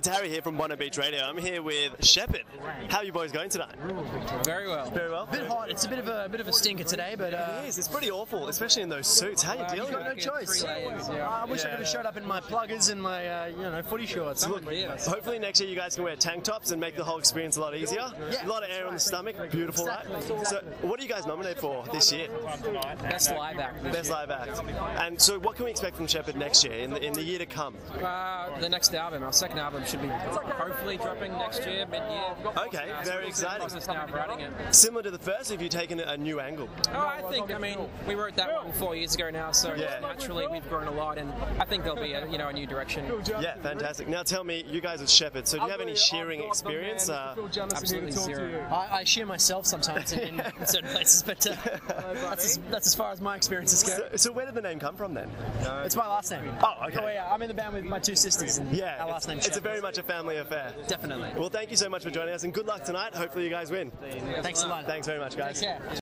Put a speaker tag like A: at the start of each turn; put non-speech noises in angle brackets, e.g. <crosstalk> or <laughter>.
A: It's Harry here from Bono Beach Radio. I'm here with Shepard. How are you boys going tonight?
B: Very well.
A: Very well.
C: A bit hot. It's a bit of a, a bit of a stinker today, but uh,
A: It is. It's pretty awful, especially in those suits. How are you
C: you
A: dealing
C: got no
A: with it?
C: choice.
B: Three layers, yeah.
C: I wish I could have showed up in my pluggers and my uh, you know footy shorts. Look,
B: Yeah.
A: Hopefully next year you guys can wear tank tops and make the whole experience a lot easier. a
C: Yeah,
A: lot of air on the stomach. Beautiful, right?
C: Exactly,
A: So what are you guys nominated for this year?
B: Best live act. This
A: Best
B: year.
A: live act. And so what can we expect from Shepard next year, in the, in the year to come?
B: Uh, the next album, our second album, should be hopefully dropping next year, mid-year.
A: Okay, very exciting.
B: Process now of writing it.
A: Similar to the first, have you taken a new angle?
B: Oh, I think. I mean, we wrote that one four years ago now, so
A: Yeah.
B: naturally we've grown a lot, and I think there'll be a you know a new direction.
A: Yeah, fantastic. Now tell me, you guys with Shepard, so do you have any shearing experience? Uh,
B: Absolutely zero.
C: I, I shear myself sometimes in, in <laughs> certain places, but uh, that's, as, that's as far as my experiences go.
A: so, so where did the name come from then?
C: It's my last name.
A: Oh, okay.
C: yeah, I'm in the band with my two sisters. And
A: Yeah,
C: our last
A: it's,
C: name.
A: it's a very much a family affair.
C: definitely.
A: Well, thank you so much for joining us and good luck tonight. Hopefully, you guys win.
C: Thanks a lot.
A: Thanks very much, guys.
C: Take care.